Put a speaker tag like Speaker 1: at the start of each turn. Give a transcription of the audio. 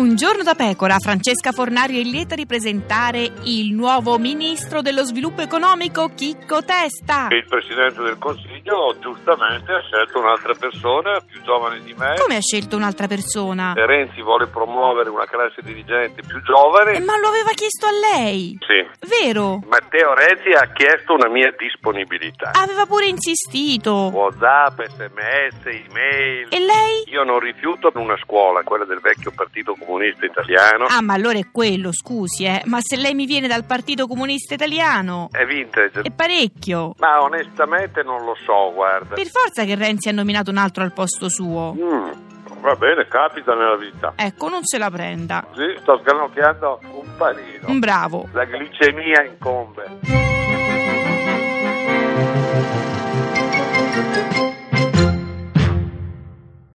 Speaker 1: Un giorno da pecora, Francesca Fornario è lieta di presentare il nuovo ministro dello sviluppo economico, Chicco Testa.
Speaker 2: Il Presidente del Consiglio giustamente ha scelto un'altra persona più giovane di me.
Speaker 1: Come ha scelto un'altra persona?
Speaker 2: Eh, Renzi vuole promuovere una classe dirigente più giovane.
Speaker 1: Eh, Ma lo aveva chiesto a lei,
Speaker 2: Sì.
Speaker 1: vero?
Speaker 2: Matteo Renzi ha chiesto una mia disponibilità.
Speaker 1: Aveva pure insistito.
Speaker 2: Whatsapp, sms, email.
Speaker 1: E lei?
Speaker 2: Io non rifiuto una scuola, quella del vecchio Partito Comunista Italiano.
Speaker 1: Ah, ma allora è quello, scusi, eh. Ma se lei mi viene dal Partito Comunista Italiano,
Speaker 2: È vintage.
Speaker 1: è parecchio.
Speaker 2: Ma onestamente non lo so, guarda.
Speaker 1: Per forza che Renzi ha nominato un altro al posto suo.
Speaker 2: Mm, va bene, capita nella vita.
Speaker 1: Ecco, non se la prenda.
Speaker 2: Sì, sto sgranocchiando un panino.
Speaker 1: Bravo.
Speaker 2: La glicemia incombe.